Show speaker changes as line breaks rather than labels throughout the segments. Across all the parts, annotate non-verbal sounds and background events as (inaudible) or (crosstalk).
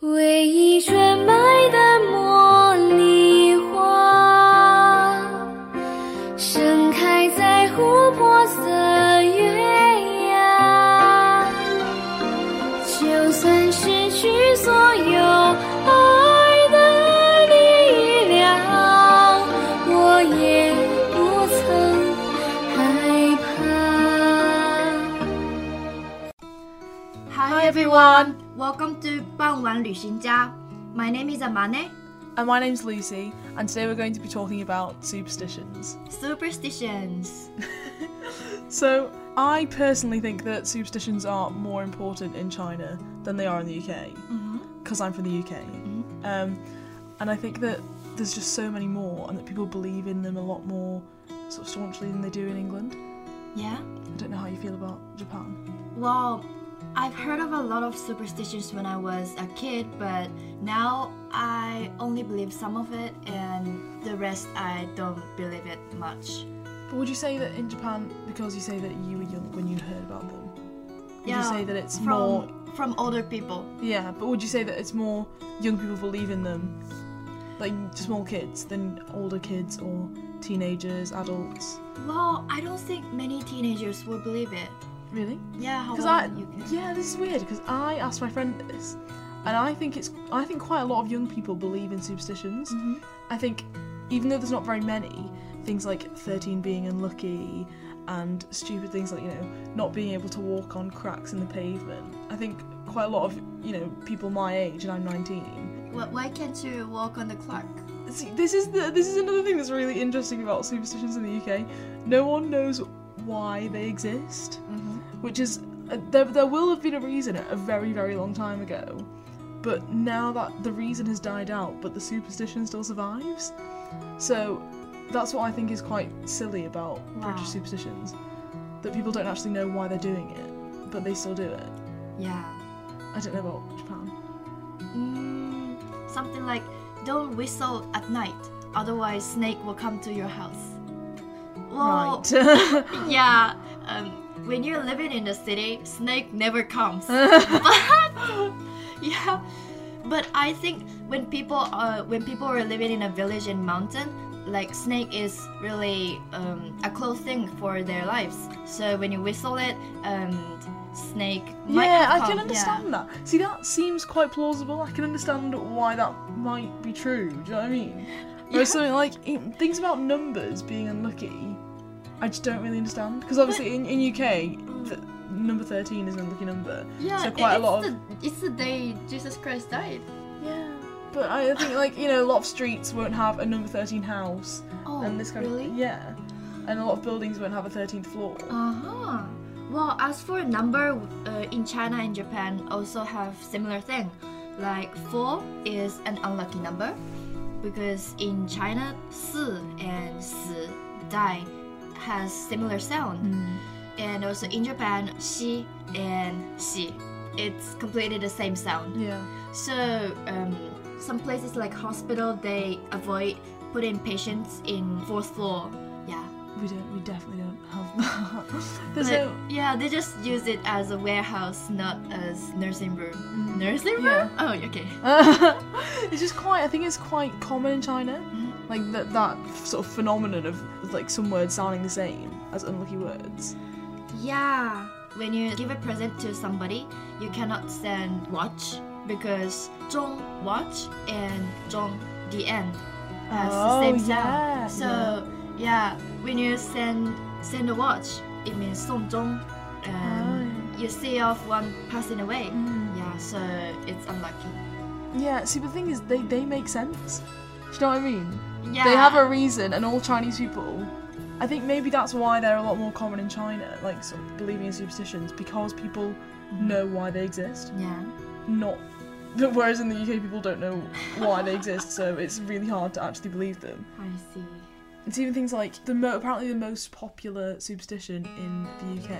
为一卷白的茉莉花，盛开在琥珀色月牙。就算失去所有爱的力量，我也不曾害怕。
Hi everyone, welcome to 傍晚旅行家. My name is Amane.
And my name's Lucy, and today we're going to be talking about superstitions.
Superstitions.
So, I personally think that superstitions are more important in China than they are in the UK, because I'm from the UK. Um, and I think that there's just so many more, and that people believe in them a lot more sort of staunchly than they do in England.
Yeah.
I don't know how you feel about Japan.
Well, I've heard of a lot of superstitions when I was a kid, but now I only believe some of it, and the rest I don't believe it much.
But would you say that in Japan, because you say that you were young when you heard about them, would
yeah.
you say that it's
from
more
from older people.
Yeah, but would you say that it's more young people believe in them, like small kids, than older kids or teenagers, adults?
Well, I don't think many teenagers will believe it.
Really?
Yeah. How
Because
about
I,
you? Can?
yeah, this is weird. Because I asked my friend this, and I think it's, I think quite a lot of young people believe in superstitions.
Mhm.
I think, even though there's not very many things like 13 being unlucky and stupid things like you know not being able to walk on cracks in the pavement. I think quite a lot of you know people my age, and I'm 19.
Wh- Why can't you walk on the clock?
See, this is the, this is another thing that's really interesting about superstitions in the UK. No one knows why they exist, which is uh, there, there will have been a reason a very very long time ago, but now that the reason has died out, but the superstition still survives. So that's what I think is quite silly about
Wow.
British superstitions, that people don't actually know why they're doing it, but they still do it.
Yeah.
I don't know about Japan.
Mm, something like don't whistle at night, otherwise snake will come to your house. Well,
Right. (laughs)
yeah. Um, when you're living in the city, snake never comes. (laughs)
(laughs)
yeah, but I think when people uh, when people are living in a village and mountain, like snake is really um, a close thing for their lives. So when you whistle it, um, snake. might
yeah,
have
I
come.
can
Yeah.
understand that. See, that seems quite plausible. I can understand why that might be true. Do you know what I mean? Or something like in- things about numbers being unlucky. I just don't really understand because obviously in, in UK, th number thirteen is an unlucky number.
Yeah,
so quite a
it's
lot of
the, it's the day Jesus Christ died.
yeah. But I think like you know a lot of streets won't have a number thirteen house
Oh,
and this kind
really?
of yeah, and a lot of buildings won't have a thirteenth floor.
Uh huh. Well, as for number uh, in China and Japan, also have similar thing. Like four is an unlucky number because in China, 四 and 死 die has similar sound,
Mm.
and also in Japan, 西 and 西 it's completely the same sound.
Yeah.
So, um, some places like hospital, they avoid putting patients in fourth floor. Yeah.
We don't. We definitely don't have that. (laughs) There's
But,
no-
yeah, they just use it as a warehouse, not as nursing room. Nursing room?
Mm. Yeah.
Oh, okay.
(laughs) it's just quite. I think it's quite common in China, like that that sort of phenomenon of like some words sounding the same as unlucky words.
Yeah. When you give a present to somebody, you cannot send watch because zhong watch and zhong the end has the
Oh,
same sound.
yeah,
so yeah. when you send send a watch, it means song zhong,
Oh,
and you see of one passing away.
Mm.
Yeah, so it's unlucky.
Yeah. See, the thing is, they they make sense. Do you know what I mean?
Yeah,
They have a reason, and all Chinese people. I think maybe that's why they're a lot more common in China, like sort of believing in superstitions, because people know why they exist.
yeah.
Not. (laughs) Whereas in the UK, people don't know why they exist, so it's really hard to actually believe them.
I see.
It's even things like the mo- apparently the most popular superstition in the UK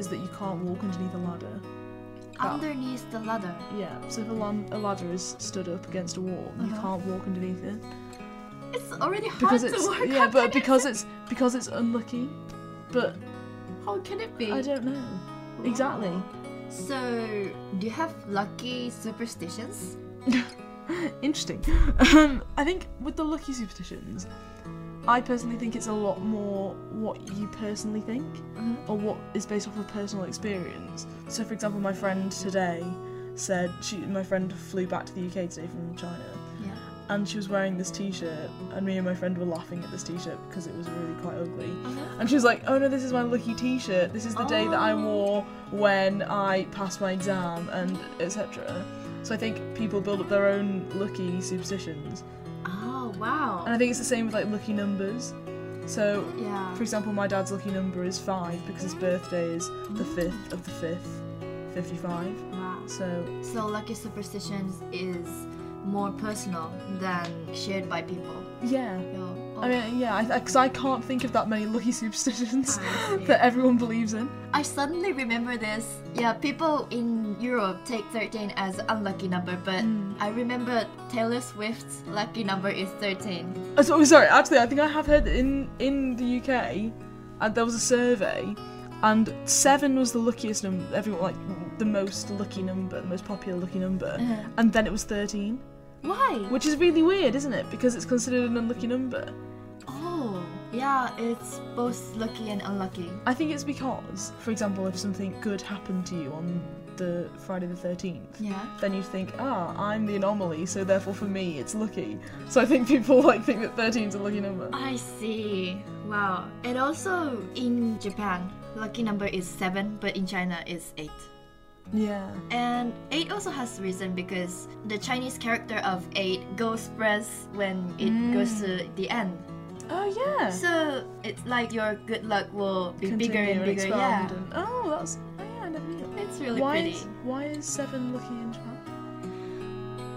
is that you can't walk underneath a ladder. That-
Underneath the ladder.
yeah, so if a, lan- a ladder is stood up against a wall, you
Uh-huh.
can't walk underneath it
It's already hard
because
to
it's
work
yeah,
out.
but because it's because it's unlucky. But
How can it be?
I don't know exactly.
So, do you have lucky superstitions?
Interesting. (laughs) Um, I think with the lucky superstitions, I personally think it's a lot more what you personally think or what is based off of personal experience. So, for example, my friend today said she, my friend flew back to the UK today from China,
Yeah.
and she was wearing this T-shirt, and me and my friend were laughing at this T-shirt because it was really quite ugly.
Uh-huh.
And she was like, "Oh no, this is my lucky T-shirt. This is the day that I wore when I passed my exam, and etc." So I think people build up their own lucky superstitions,
Oh wow.
and I think it's the same with like lucky numbers. So
yeah.
for example, my dad's lucky number is five because his birthday is the fifth of the fifth, fifty-five.
Wow.
So
So lucky superstitions is more personal than shared by people.
yeah,
Yo, oh,
I mean yeah, because I, can't think of that many lucky superstitions
I see.
(laughs) that everyone believes in.
I suddenly remember this. Yeah, people in Europe take 13 as unlucky number, but
Hmm.
I remember Taylor Swift's lucky number is 13.
Oh, so- sorry, actually, I think I have heard that in in the UK, and there was a survey, and seven was the luckiest number. Everyone like the most lucky number, the most popular lucky number, and then it was thirteen,
Why?
which is really weird, isn't it? Because it's considered an unlucky number.
Oh, yeah, it's both lucky and unlucky.
I think it's because, for example, if something good happened to you on the Friday the thirteenth.
Yeah.
Then you think, ah, I'm the anomaly, so therefore for me it's lucky. So I think people like think that 13's a lucky number.
I see. Wow. And also in Japan, lucky number is 7, but in China is 8.
Yeah.
And 8 also has reason because the Chinese character of 8 goes express when it goes to the end.
Oh Mm. yeah.
So it's like your good luck will be bigger
continue
and bigger. Yeah,
expand and- oh, that's. Oh, yeah, I never knew that.
it's really
why,
pretty.
is, why is seven lucky in Japan?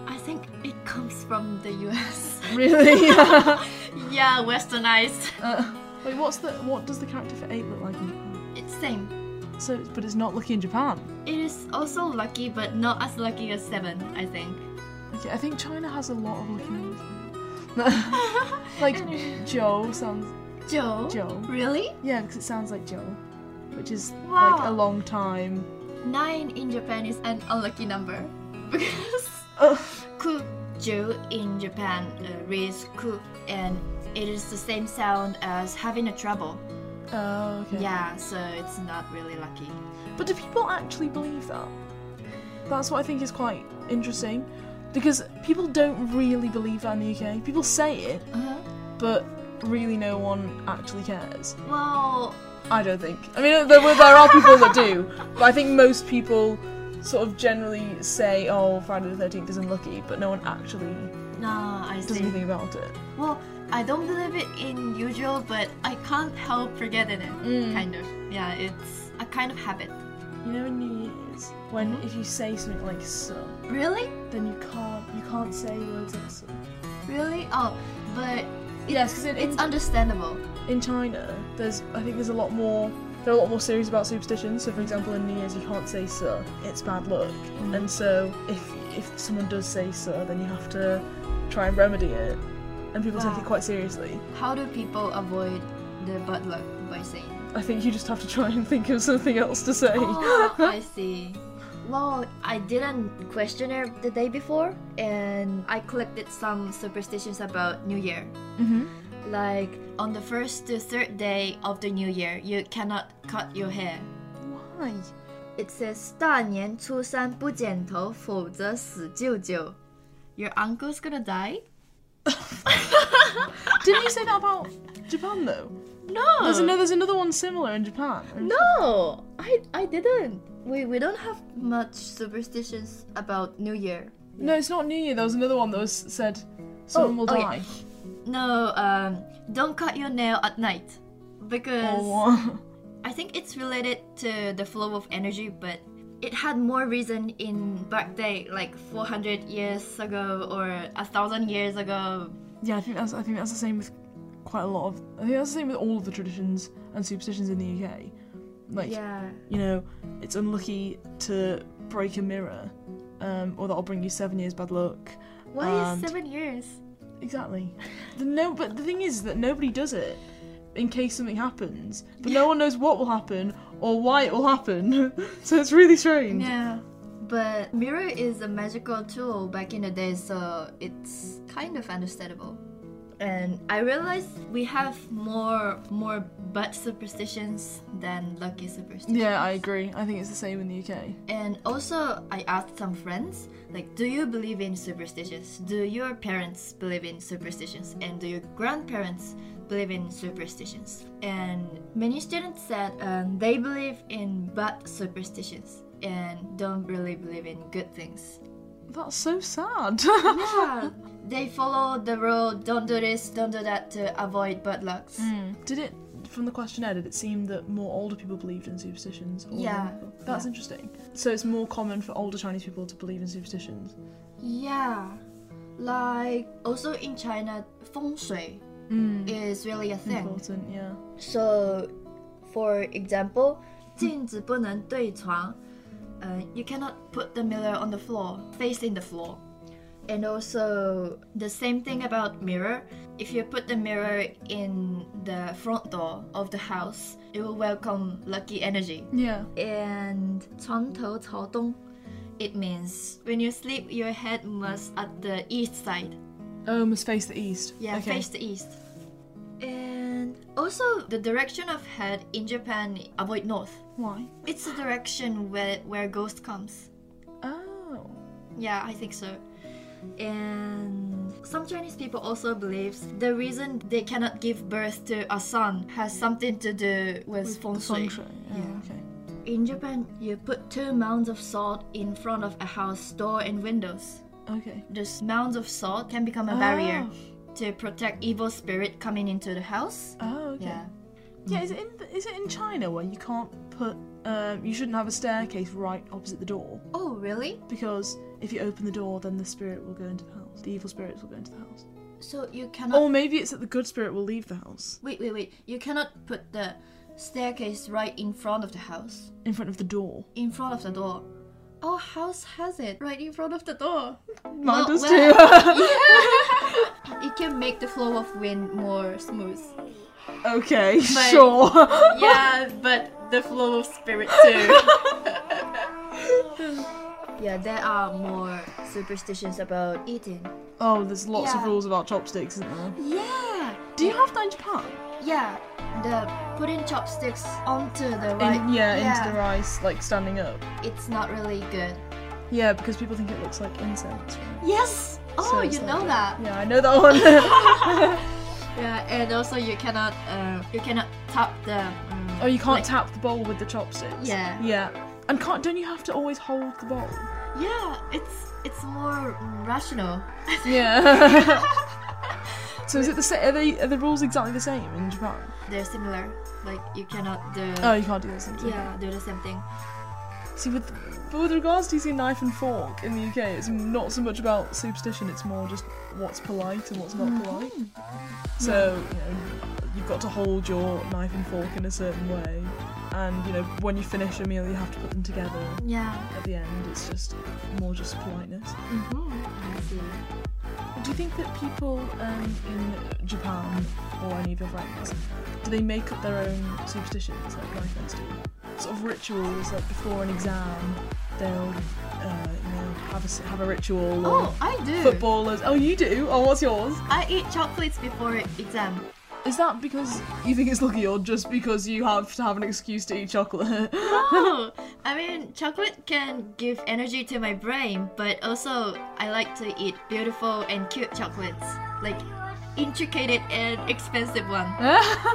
I think it comes from the U.S.
Really?
(laughs) yeah, westernized.
(laughs) Uh, wait, what's the. What does the character for eight look like in Japan?
It's same.
So, it's- but it's not lucky in Japan.
It is also lucky, but not as lucky as seven. I think.
Okay, I think China has a lot of lucky numbers. (laughs) like Joe sounds.
Joe.
Joe.
Really?
Yeah, because it sounds like Joe, which is like
Wow.
a long time.
Nine in Japan is an unlucky number (laughs) because
Ugh.
kuju in Japan uh, reads ku, and it is the same sound as having a trouble.
Oh, okay.
Yeah, so it's not really lucky.
But do people actually believe that? That's what I think is quite interesting. Because people don't really believe that in the UK. People say it,
Uh-huh.
but really no one actually cares.
Well,
I don't think. I mean, there, were- there are people that do, but I think most people sort of generally say, oh, Friday the 13th is unlucky, but no one actually
Nah, I
does
see.
anything about it.
Well, I don't believe it in usual, but I can't help forgetting it. Kind of. Yeah, it's a kind of habit.
You know, in New Year's, when if you say something like sun,
Really?
then you can't you can't say words like sun.
Really? Oh, but
Yes, because in,
it's understandable.
in China, there's I think there's a lot more they're a lot more serious about superstitions. So for example, in New Year's you can't say "sir," it's bad luck.
Mm.
And so if if someone does say "sir," then you have to try and remedy it. And people
Wow.
take it quite seriously.
How do people avoid the bad luck by saying?
I think you just have to try and think of something else to say.
(laughs) Oh, I see. Well, I did a questionnaire the day before, and I collected some superstitions about New Year. Mm-hmm.
Mhm.
Like on the first to third day of the New Year, you cannot cut your hair.
Why?
It says 大年初三不剪头，否则死舅舅。Your uncle's gonna die?
Didn't you say that about Japan though?
No.
There's another there's another one similar in Japan.
Oh. No, I I didn't. We we don't have much superstitions about New Year.
No, it's not New Year. There was another one that was said someone will
oh, yeah.
die.
No, um, don't cut your nail at night because
Oh, Or
I think it's related to the flow of energy, but it had more reason in back day, like 400 years ago or a thousand years ago.
Yeah, I think that's I think that's the same with quite a lot of I think that's the same with all of the traditions and superstitions in the UK. Like
Yeah.
you know, it's unlucky to break a mirror, um, or that'll bring you seven years bad luck.
Why
And-
is seven years?
Exactly. the no, but the thing is that nobody does it in case something happens, (laughs) but no one knows what will happen or why it will happen. so it's really strange.
Yeah. But mirror is a magical tool back in the day, so it's kind of understandable. And I realized we have more more bad superstitions than lucky superstitions.
Yeah, I agree. I think it's the same in the UK.
And also, I asked some friends, like, do you believe in superstitions? Do your parents believe in superstitions? And do your grandparents believe in superstitions? And many students said um, they believe in bad superstitions and don't really believe in good things.
That's so sad. (laughs)
Yeah, (laughs) they follow the rule don't do this, don't do that to avoid bad lucks.
Mm. Did it from the questionnaire? Did it seem that more older people believed in superstitions? or
Yeah,
younger people? that's
yeah.
interesting. So it's more common for older Chinese people to believe in superstitions.
Yeah. Like also in China, feng shui is really a thing.
Important, yeah.
So, for example, 镜子不能对床. Uh, you cannot put the mirror on the floor, facing the floor. And also the same thing about mirror. If you put the mirror in the front door of the house, it will welcome lucky energy.
Yeah.
And 床头朝东, it means when you sleep, your head must at the east side.
Oh, must face the east.
Yeah,
okay.
face the east. And also, the direction of head in Japan avoid north.
Why?
It's the direction where where ghost comes.
Oh.
Yeah, I think so. And some Chinese people also believes the reason they cannot give birth to a son has something to do with, feng
the
shui.
Oh,
Yeah.
Okay.
In Japan, you put two mounds of salt in front of a house door and windows.
Okay.
This mounds of salt can become a barrier to protect evil spirit coming into the house.
Oh, okay.
Yeah.
Yeah, is it in is it in China where you can't put um, you shouldn't have a staircase right opposite the door
Oh, really?
because if you open the door then the spirit will go into the house. The evil spirits will go into the house.
So you cannot.
Or maybe it's that the good spirit will leave the house
Wait, wait, wait. You cannot put the staircase right in front of the house,
in front of the door.
in front of the door. Our house has it right in front of the (laughs) door.
Mine does
well.
(laughs) too.
It can make the flow of wind more smooth.
okay, (laughs) sure.
(laughs) yeah, but the flow of spirit too. (laughs) yeah, there are more superstitions about eating.
oh, there's lots of
Yeah.
rules about chopsticks, isn't there?
Yeah.
Do you have that in Japan?
Yeah, the putting chopsticks onto the right.
In, yeah, into the rice, like standing up.
It's not really good.
Yeah, because people think it looks like incense. Right?
Yes.
So
Oh,
it's
you
like
know that.
Yeah, I know that one. (laughs)
Yeah, and also you cannot, uh, you cannot tap the. Um,
oh, you can't
like-
tap the bowl with the chopsticks.
Yeah.
Yeah. And can't don't you have to always hold the (laughs) bowl?
Yeah, it's it's more rational.
(laughs) Yeah. so is it the same? Are, they, are the rules exactly the same in Japan?
They're similar. Like you cannot do.
Oh, you can't do those things. okay.
yeah, do the same thing.
See, with but with regards to using knife and fork in the UK, it's not so much about superstition; it's more just what's polite and what's not polite. So you know, you've got to hold your knife and fork in a certain way, and you know when you finish a meal, you have to put them together
Yeah.
at the end. It's just more just politeness.
Mm-hmm. I see.
Do you think that people um, in Japan or any of your friends do they make up their own superstitions like my friends do? Sort of rituals like before an exam, they'll uh, you know have a s- have a ritual. Or
Oh, I do.
Footballers. Oh, you do. Oh, what's yours?
I eat chocolates before
(laughs)
exam.
Is that because you think it's lucky, or just because you have to have an excuse to eat chocolate?
Oh, I mean, chocolate can give energy to my brain, but also I like to eat beautiful and cute chocolates, like intricate and expensive one.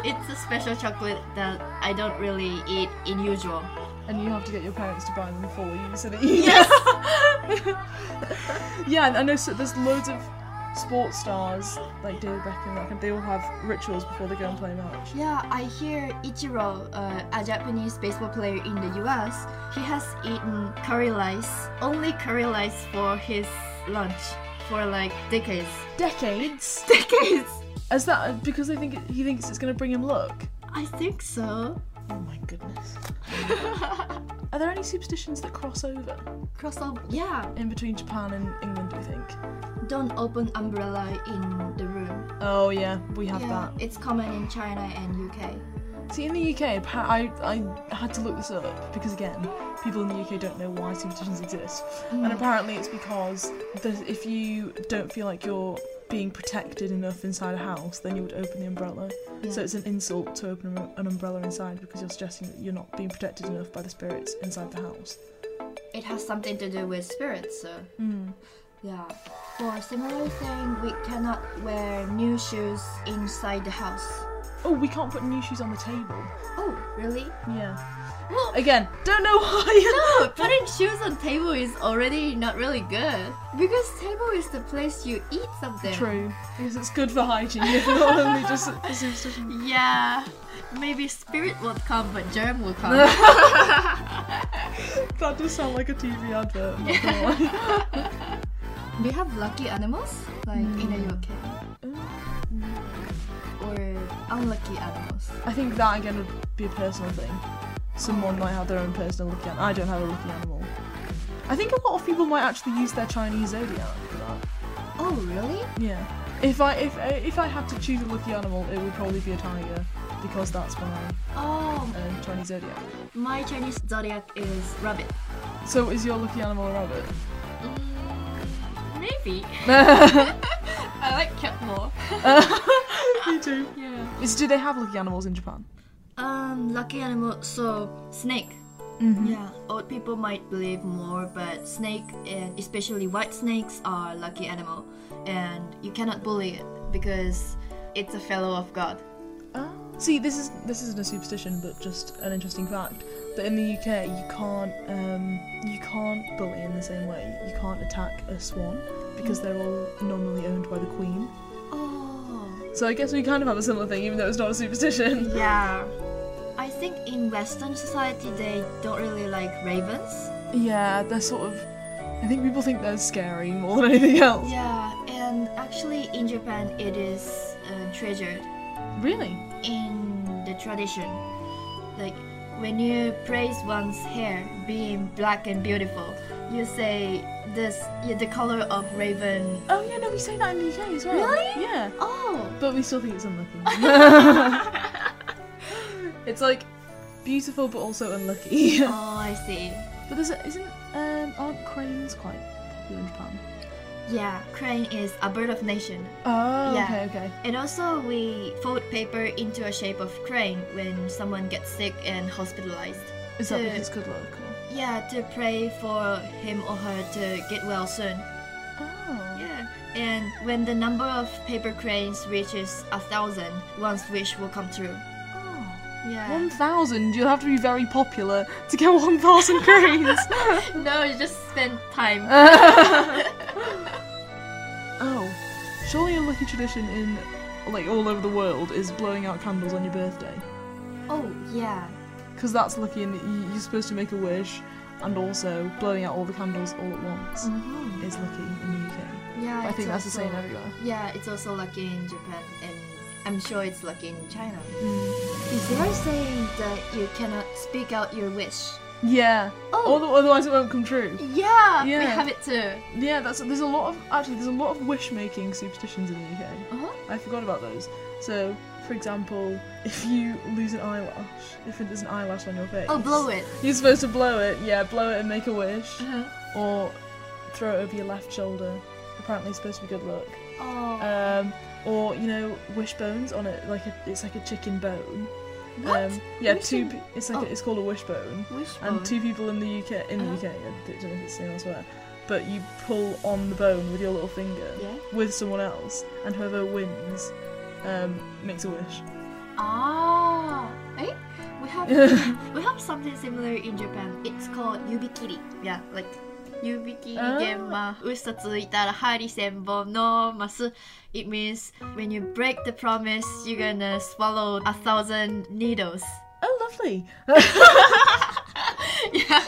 it's a special chocolate that I don't really eat in usual.
and you have to get your parents to buy them for you so that you (laughs) yeah and i know so there's loads of sports stars like david beckham that kind- they all have rituals before they go and play a match
Yeah, I hear Ichiro, uh, a Japanese baseball player in the US, he has eaten curry rice, only curry rice for his lunch for like decades.
decades
(laughs) Decades!
is that because they think it, he thinks it's going to bring him luck
I think so. (laughs)
oh my goodness are there any superstitions that cross over
Crossover. Yeah,
in between japan and england do you think
don't open umbrella in the room.
oh yeah we have
yeah, it's common in China and UK.
that See, in the UK, appa- I, I had to look this up because, again, people in the UK don't know why superstitions exist. And apparently, it's because the, if you don't feel like you're being protected enough inside a house, then you would open the umbrella. So
Yeah.
it's an insult to open an- an umbrella inside because you're suggesting that you're not being protected enough by the spirits inside the house.
It has something to do with spirits, so yeah. Hmm. For similar thing, we cannot wear new shoes inside the house.
Oh, we can't put new shoes on the table.
Oh, really?
Yeah.
(laughs) Well,
Again, don't know why.
no, putting shoes on table is already not really good because table is the place you eat something.
(laughs) True, because it's good for hygiene. (laughs) If not only (laughs) just a superstition.
Yeah, maybe spirit would come, but germ will (laughs) come.
That does sound like a TV advert. not (laughs) gonna lie.
Do you have lucky animals like in the UK? Mm. Or unlucky animals?
I think that again would be a personal thing. Someone might have their own personal lucky animal. I don't have a lucky animal. I think a lot of people might actually use their Chinese zodiac for that.
Oh, really?
Yeah. If I if uh, if I had to choose a lucky animal, it would probably be a tiger because that's my
Oh,
um, Chinese zodiac.
my Chinese zodiac is rabbit.
So is your lucky animal a rabbit?
Mm, (laughs) Maybe. I like cat more.
Me too.
Yeah.
Is, do they have lucky animals in Japan?
Um, lucky animal. So snake. Yeah. Old people might believe more, but snake and especially white snakes are lucky animal, and you cannot bully it because it's a fellow of God.
Ah. See, this is this isn't a superstition, but just an interesting fact that in the UK you can't um, you can't bully in the same way. You can't attack a swan because they're all normally owned by the Queen.
Oh.
So I guess we kind of have a similar thing, even though it's not a superstition. (laughs)
Yeah. I think in Western society they don't really like ravens.
Yeah, they're sort of. I think people think they're scary more than anything else.
Yeah, and actually in Japan it is uh, treasured
Really?
in the tradition. Like when you praise one's hair being black and beautiful, you say this yeah, the color of raven.
Oh yeah, no, we say that in the UK as well.
Really?
Yeah,
Oh,
but we still think it's unlucky. (laughs) it's like beautiful, but also unlucky. (laughs)
oh, I see.
But there's a, isn't um, aren't cranes quite popular in Japan?
Yeah, crane is a bird of nation.
Oh,
Yeah.
okay, okay.
And also, we fold paper into a shape of crane when someone gets sick and hospitalized.
Is that
to-
because good luck? Or?
Yeah, to pray for him or her to get well soon.
Oh.
Yeah. And when the number of paper cranes reaches a thousand, one's wish will come true.
One
Yeah.
thousand. You'll have to be very popular to get one thousand
(laughs)
cranes. (laughs)
No, you just spend time.
oh, surely a lucky tradition in like all over the world is blowing out candles on your birthday,
oh, yeah.
because that's lucky in that you- you're supposed to make a wish, and also blowing out all the candles all at once
Mhm.
is lucky in the UK.
Yeah.
I
it's
think that's the
also-
same everywhere.
Yeah, it's also lucky in Japan, and I'm sure it's lucky in China.
Mm.
Is there a saying that you cannot speak out your wish?
Yeah.
Oh.
Other- Otherwise, it won't come true.
Yeah, we
Yeah.
have it too.
Yeah, that's there's a lot of actually there's a lot of wish making superstitions in the UK.
Uh-huh.
I forgot about those. So, for example, if you lose an eyelash, if there's an eyelash on your face,
Oh, blow it.
You're supposed to blow it. Yeah, blow it and make a wish,
Uh-huh.
or throw it over your left shoulder. Apparently, it's supposed to be good luck.
Oh.
Um, or you know, wishbones on it, like a, it's like a chicken bone.
What?
Um, yeah, two.
Wishbone-
pe- It's like
oh.
a, it's called a wishbone
Wishbone.
and two people in the UK in the
Oh. Uh-huh.
UK. I don't know if it's the same elsewhere, but you pull on the bone with your little finger
Yeah.
with someone else, and whoever wins um, makes a wish.
Ah, eh? We (laughs) have we have something similar in Japan. It's called yubikiri. Yeah, like Oh.
あー
指切り玄米嘘ついたら針千本のます It means when you break the promise, you're gonna swallow a thousand needles.
Oh, (laughs) lovely!
yeah.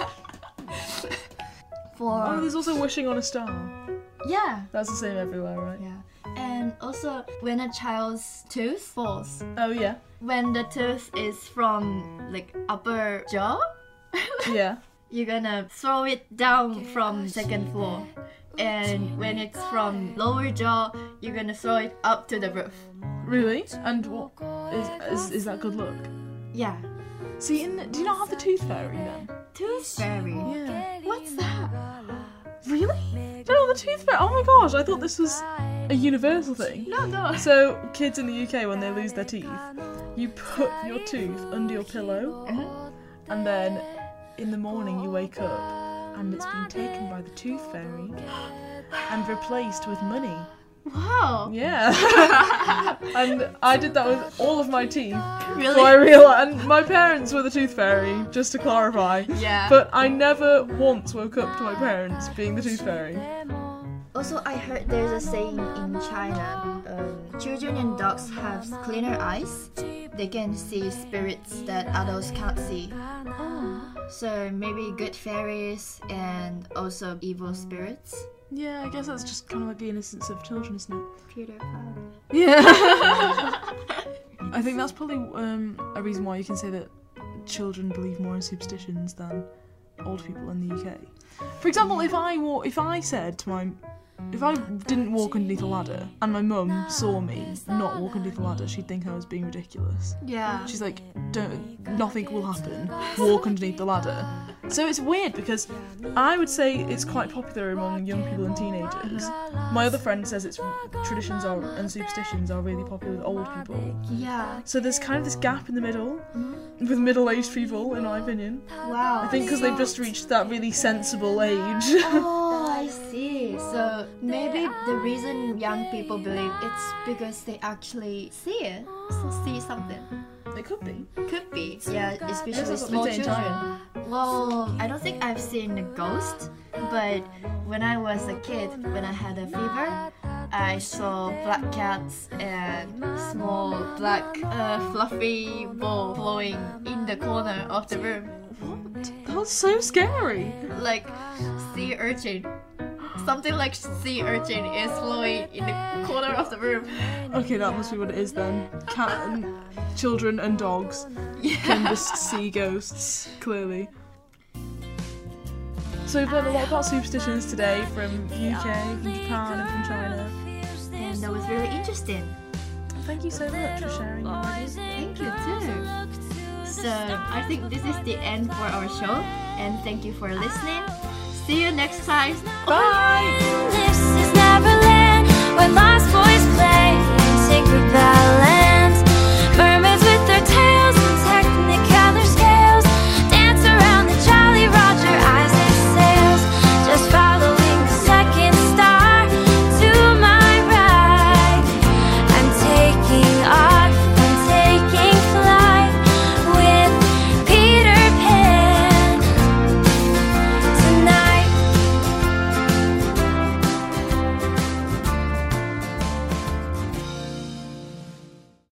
Oh,
For
there's also wishing on a star.
yeah.
That's the same everywhere, right?
Yeah. And also, when a child's tooth falls,
Oh yeah,
when the tooth is from like upper jaw,
yeah.
you're gonna throw it down from second floor. And when it's from lower jaw, you're gonna throw it up to the roof.
Really? And what is is, is that good luck?
Yeah.
See, in, do you not have the Tooth Fairy then?
Tooth Fairy.
Yeah.
What's that?
Really? No, the Tooth Fairy. Oh my gosh, I thought this was a universal thing.
No, no.
So, kids in the UK, when they lose their teeth, you put your tooth under your pillow, and then in the morning you wake up, and it's been taken by the tooth fairy and replaced with money.
Wow.
Yeah. (laughs) and I did that with all of my teeth. So I
Really?
realized, and my parents were the tooth fairy, just to clarify.
Yeah.
But I never once woke up to my parents being the tooth fairy.
Also, I heard there's a saying in China um, children and dogs have cleaner eyes. They can see spirits that adults can't see. So maybe good fairies and also evil spirits.
Yeah, I guess that's just kind of like the innocence of children, isn't it?
Peter Pan.
Yeah. (laughs) I think that's probably um, a reason why you can say that children believe more in superstitions than old people in the UK. For example, if I wa- if I said to my if I didn't walk underneath a ladder and my mum saw me not walk underneath a ladder, she'd think I was being ridiculous.
Yeah.
She's like, don't, nothing will happen. Walk underneath the ladder. So it's weird because I would say it's quite popular among young people and teenagers. My other friend says it's traditions are and superstitions are really popular with old people.
Yeah.
So there's kind of this gap in the middle with middle-aged people, in my opinion.
Wow.
I think because they've just reached that really sensible age. (laughs)
Oh, I see. So maybe the reason young people believe it's because they actually see it, so see something.
it could be.
Could be. Yeah, especially
that's what
small
they say in
children. Well, I don't think I've seen a ghost, but when I was a kid, when I had a fever, I saw black cats and small black uh, fluffy ball flowing in the corner of the room,
What? That's so scary.
like sea urchin. Something like sea urchin is flowing in the corner of the room. (laughs)
Okay, that must be what it is then. Cat and children and dogs can just see ghosts, clearly. So we've learned a lot about superstitions today from UK, from Japan, and from China.
And that was really interesting.
Thank you so much for sharing.
Thank you too. So I think this is the end for our show, and thank you for listening. See you next time.
Bye!
Bye.